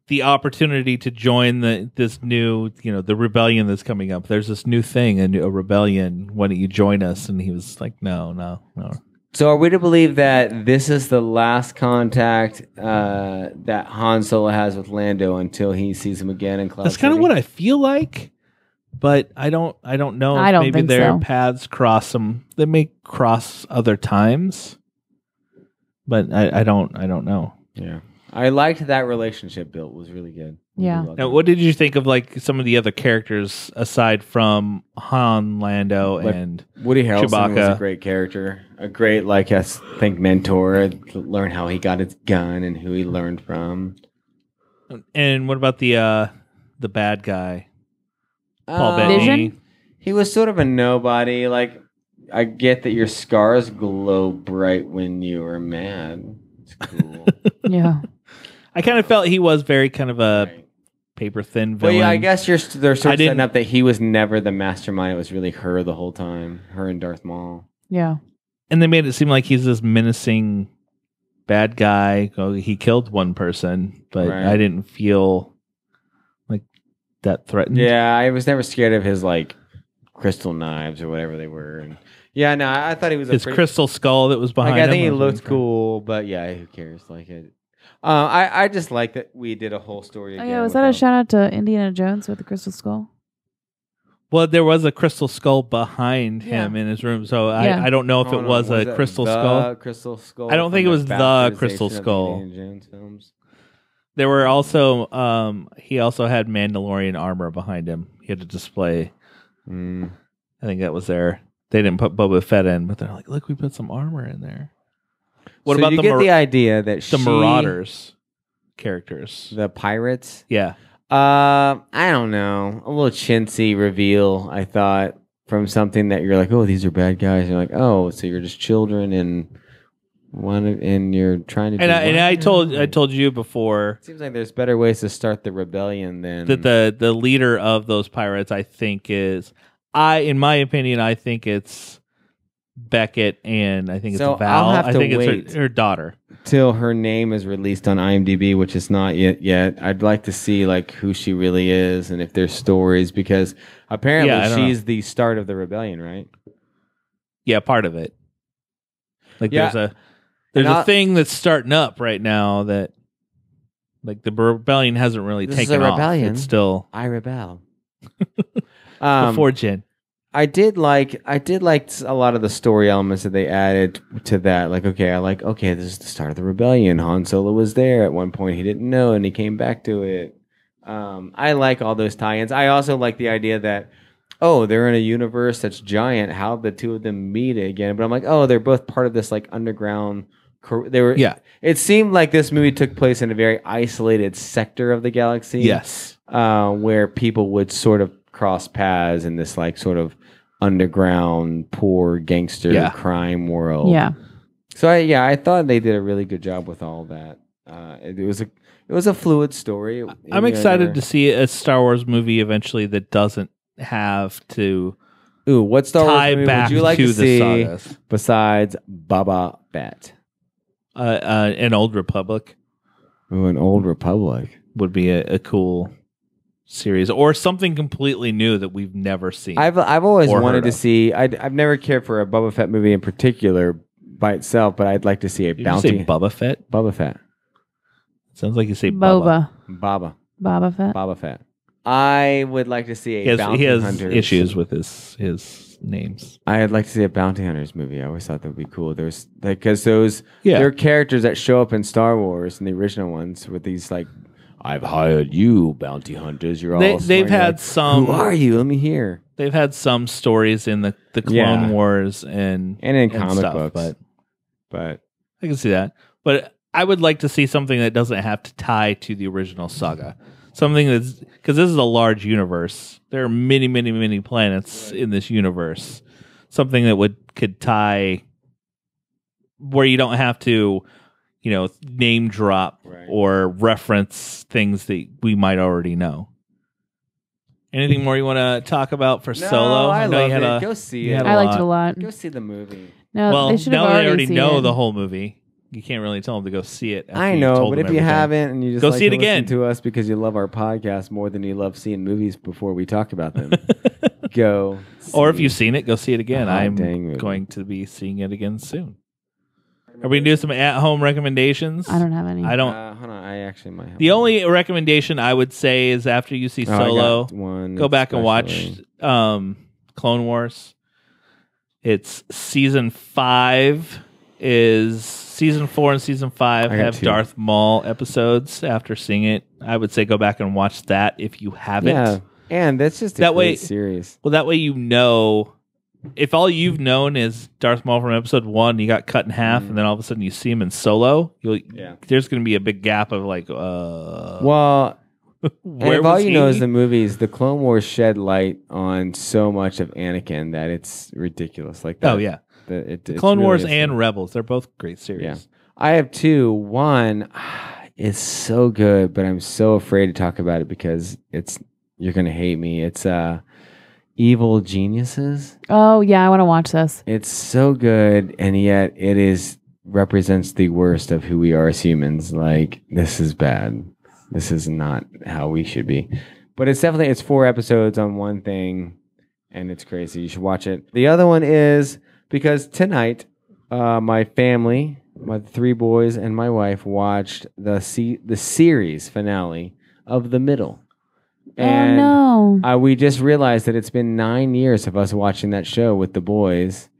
the opportunity to join the this new you know the rebellion that's coming up. There's this new thing, a, new, a rebellion. Why don't you join us? And he was like, No, no, no.
So are we to believe that this is the last contact uh, that Han Solo has with Lando until he sees him again in Cloud
That's kind of
City?
what I feel like, but I don't. I don't know. If
I don't
maybe
think
their
so.
paths cross them. They may cross other times, but I, I don't. I don't know.
Yeah. I liked that relationship built. It was really good. Really
Yeah.
well
Now,
done.
what did you think of like some of the other characters aside from Han, Lando,
Like-
and
Woody Harrelson was a
Chewbacca.
great character, a great like I s- think mentor. To learn how he got his gun and who he learned from.
and what about the uh the bad guy Paul
Um,
Bettany?
Vision?
He was sort of a nobody. Like I get that your scars glow bright when you are mad.
<laughs>
It's cool.
<laughs> yeah.
I kind of felt he was very kind of a
Right.
paper thin
But
Uh, villain.
yeah, I guess you're st- they're
I
sort of setting
didn't-
up that he was never the mastermind. It was really her the whole time. Her and Darth Maul. <laughs>
Yeah.
and they made it seem like he's this menacing bad guy. Oh, he killed one person, but
Right.
I didn't feel like that threatened.
Yeah, I was never scared of his like crystal knives or whatever they were. And yeah, no, I I thought he was a
his
pretty-
crystal skull that was behind
Like, I
him
think he
was
looked
really-
cool, but yeah, who cares? Like it. Uh, I I just like that we did a whole story.
Oh
Again
yeah. Was that a
without-
shout out to Indiana Jones with the crystal skull?
Well, there was a crystal skull behind him in his room, so
Yeah.
I, I don't know if
Oh,
it
no,
was a
that
crystal
the
skull.
Crystal skull.
I don't
from
think it was the
bastardization
crystal
of the
skull.
Indiana Jones films.
There were also um, he also had Mandalorian armor behind him. He had a display.
Mm.
I think that was there. They didn't put Boba Fett in, but they're like, look, we put some armor in there. What
So
about
you
the
get
Mar-
the idea that
the
she-
Marauders characters.
the pirates?
Yeah,
Uh, I don't know. A little chintzy reveal, I thought, from something that you're like, oh, these are bad guys. And you're like, oh, so you're just children and one, of- and you're trying to.
and
do
I, and
what?
I told I told you before
Seems like there's better ways to start the rebellion than
that the the leader of those pirates, I think, is I in my opinion, I think it's Beckett, and I think it's
So I'll
Val.
have
I
to
think it's
wait.
her, her daughter.
till her name is released on IMDb, which is not yet. Yet, I'd like to see like who she really is and if there's stories because apparently
Yeah, I don't
she's the start of the rebellion, right?
Yeah, part of it. Like
Yeah.
there's a there's
And
a
I'll-
thing that's starting up right now that like the rebellion hasn't really
This is
taken
a
off.
rebellion.
It's still
I rebel.
<laughs> Um,
before Jin.
I did like I did like s- a lot of the story elements that they added to that. Like, okay, I like okay, this is the start of the rebellion. Han Solo was there at one point; he didn't know, and he came back to it. Um, I like all those tie-ins. I also like the idea that oh, they're in a universe that's giant. How the two of them meet again? But I'm like, oh, they're both part of this like underground. cor- They were.
Yeah.
It seemed like this movie took place in a very isolated sector of the galaxy
Yes.
uh, where people would sort of cross paths in this like sort of underground poor gangster
Yeah.
crime world.
Yeah.
So I, yeah, I thought they did a really good job with all that. Uh, it, it was a it was a fluid story.
I'm excited to see a Star Wars movie eventually that doesn't have to
Ooh, what Star
tie
Wars movie
back
would you like
to
to,
the
see
sagas.
besides Baba Fett?
Uh, uh, an old republic
Ooh, an old republic.
would be a, a cool series or something completely new that we've never seen.
I've I've always
Or
wanted
heard
to
of.
see. i I've never cared for a Boba Fett movie in particular by itself, but I'd like to see a
Did you
bounty.
say Bubba Fett?
Boba Fett,
Sounds like you say Bubba.
Boba.
Baba.
Boba Fett.
Boba Fett. I would like to see a
He has,
bounty
he has
hunters.
issues with his his names.
I'd like to see a bounty hunters movie. I always thought that would be cool. There's like because those
Yeah.
there are characters that show up in Star Wars and the original ones with these like, I've hired you, bounty hunters. You're
They,
all
they've
swearing,
had
like,
some.
Who are you? Let me hear.
They've had some stories in the the Clone
Yeah.
Wars and
And in
and
comic
stuff,
books,
but
but
I can see that. But I would like to see something that doesn't have to tie to the original saga. Something that's because this is a large universe. There are many, many, many planets in this universe. Something that would could tie where you don't have to, you know, name drop
Right.
or reference things that we might already know. Anything more you want to talk about for Solo?
No, I,
know
love
you had
it.
a-
Go see
you
it.
had a
I liked it a
lot.
lot.
Go see the movie.
No,
well,
they should have
now
already,
they already
seen
know
it.
the whole movie. You can't really tell them to go see it. after
I
you've
know,
told
but
them
if you
everything.
haven't and you just
Go
like
see it
to listen
again.
to us because you love our podcast more than you love seeing movies before we talk
<laughs>
about them, go.
or if
see
you've seen it, go see it again.
Oh, dang
I'm
it.
going to be seeing it again soon. Are we gonna do some at-home recommendations?
I don't have any.
I don't.
Uh, hold on, I actually might. Have
the
one.
only recommendation I would say is after you see
Oh, I
Solo,
got one
go back and watch
especially.
um, Clone Wars. It's season five. Is season four and season five
I got
have
two.
Darth Maul episodes? After seeing it, I would say go back and watch that if you haven't.
Yeah, and that's just a
That
that
way-
way series.
Well, that way you know if all you've known is Darth Maul from episode one, you got cut in half,
Mm.
and then all of a sudden you see him in Solo. You'll,
Yeah.
There's going to be a big gap of like, uh,
Well, and
where
if all
was
you know
he?
is the movies, the Clone Wars shed light on so much of Anakin that it's ridiculous. Like that.
oh yeah,
the, it, it's
Clone
really
Wars
is-
and Rebels. They're both great series.
Yeah. I have two. One <sighs> is so good, but I'm so afraid to talk about it because it's you're gonna hate me. It's uh, Evil Geniuses.
Oh yeah, I want to watch this.
It's so good, and yet it is represents the worst of who we are as humans. Like this is bad. This is not how we should be. But it's definitely it's four episodes on one thing, and it's crazy. You should watch it. The other one is because tonight, uh, my family, my three boys, and my wife watched the se- the series finale of The Middle. And
oh no.
uh, we just realized that it's been nine years of us watching that show with the boys,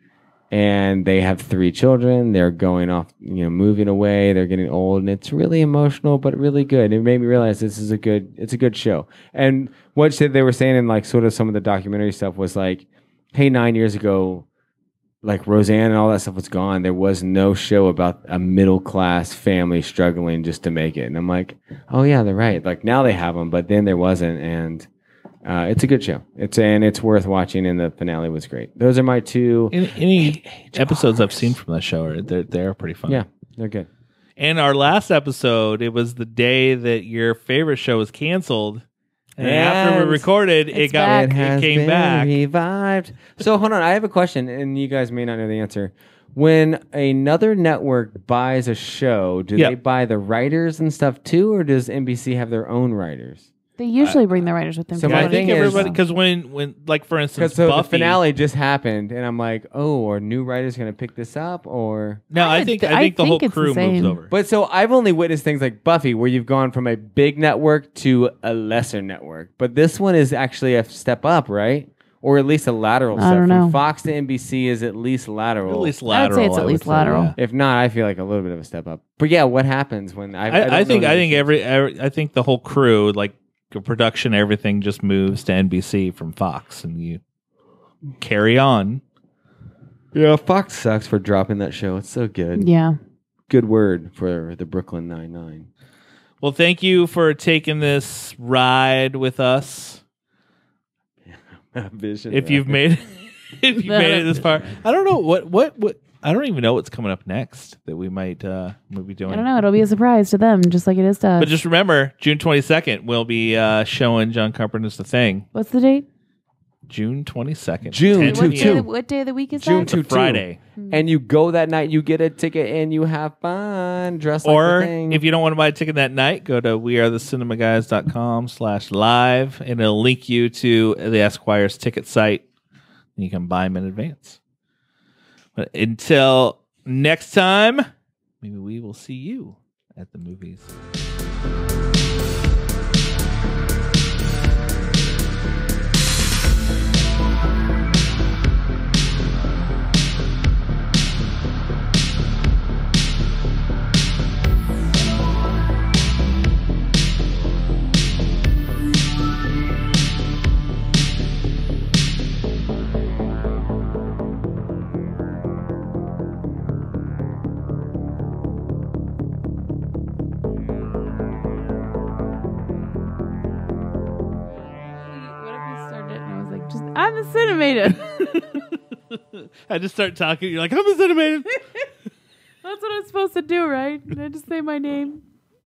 and they have three children. They're going off, you know, moving away. They're getting old, and it's really emotional, but really good. It made me realize this is a good, it's a good show. And what shit they were saying in like sort of some of the documentary stuff was like, hey, nine years ago, like Roseanne and all that stuff was gone. There was no show about a middle class family struggling just to make it. And I'm like, oh yeah, they're right. Like now they have them, but then there wasn't. And uh, it's a good show. It's and it's worth watching. And the finale was great. Those are my two.
Any, any episodes I've seen from that show are they're they're pretty fun.
Yeah, they're good.
And our last episode, it was the day that your favorite show was canceled. And after
And
we recorded, it
it's
got
back.
it, came back.
revived. So hold on, I have a question, and you guys may not know the answer. When another network buys a show, do
Yeah.
they buy the writers and stuff too, or does NBC have their own writers?
They usually bring the writers with them.
So
for
Yeah,
my
I
holidays.
thing
think
is-
everybody because when when like for instance
Because so the
Buffy
finale just happened, and I'm like, oh, are new writers gonna pick this up or?
No,
I
I think
th-
I
I
think the
think
whole
it's the
crew moves
same.
over.
But so I've only witnessed things like Buffy, where you've gone from a big network to a lesser network. But this one is actually a step up, right? Or at least a lateral
I
step.
don't know.
From Fox to NBC is at least lateral.
at least
I would
lateral.
say it's at
would
least lateral.
yeah.
If not, I feel like a little bit of a step up. But yeah, what happens when I? don't
I, I
know
think
the
I think every,
difference.
every I think the whole crew like the production everything just moves to NBC from Fox and you carry on.
yeah, Fox sucks for dropping that show. It's so good.
Yeah.
Good word for the Brooklyn Nine Nine.
Well, thank you for taking this ride with us.
Vision.
<laughs> If you've made <laughs> if you made it this far, <laughs> I don't know what what what I don't even know what's coming up next that we might uh might be doing.
I don't know. It'll be a surprise to them, just like it is to us.
But just remember, June twenty second, we'll be uh, showing John Carpenter's The Thing.
What's the date?
June twenty second,
June
Wait, what,
2-2.
day, what day of the week is
June
that?
two
Friday.
and you go that night, you get a ticket and you have fun. Dress like
or
the thing.
if you don't want to buy a ticket that night, go to wearethecinemaguys.com slash live and it'll link you to the Esquire's ticket site and you can buy them in advance. But until next time, maybe we will see you at the movies.
What if we started and I was like, just I'm the cinemated. <laughs>
I just start talking, you're like, I'm a cinemated.
That's what I'm supposed to do, right? Did I just say my name?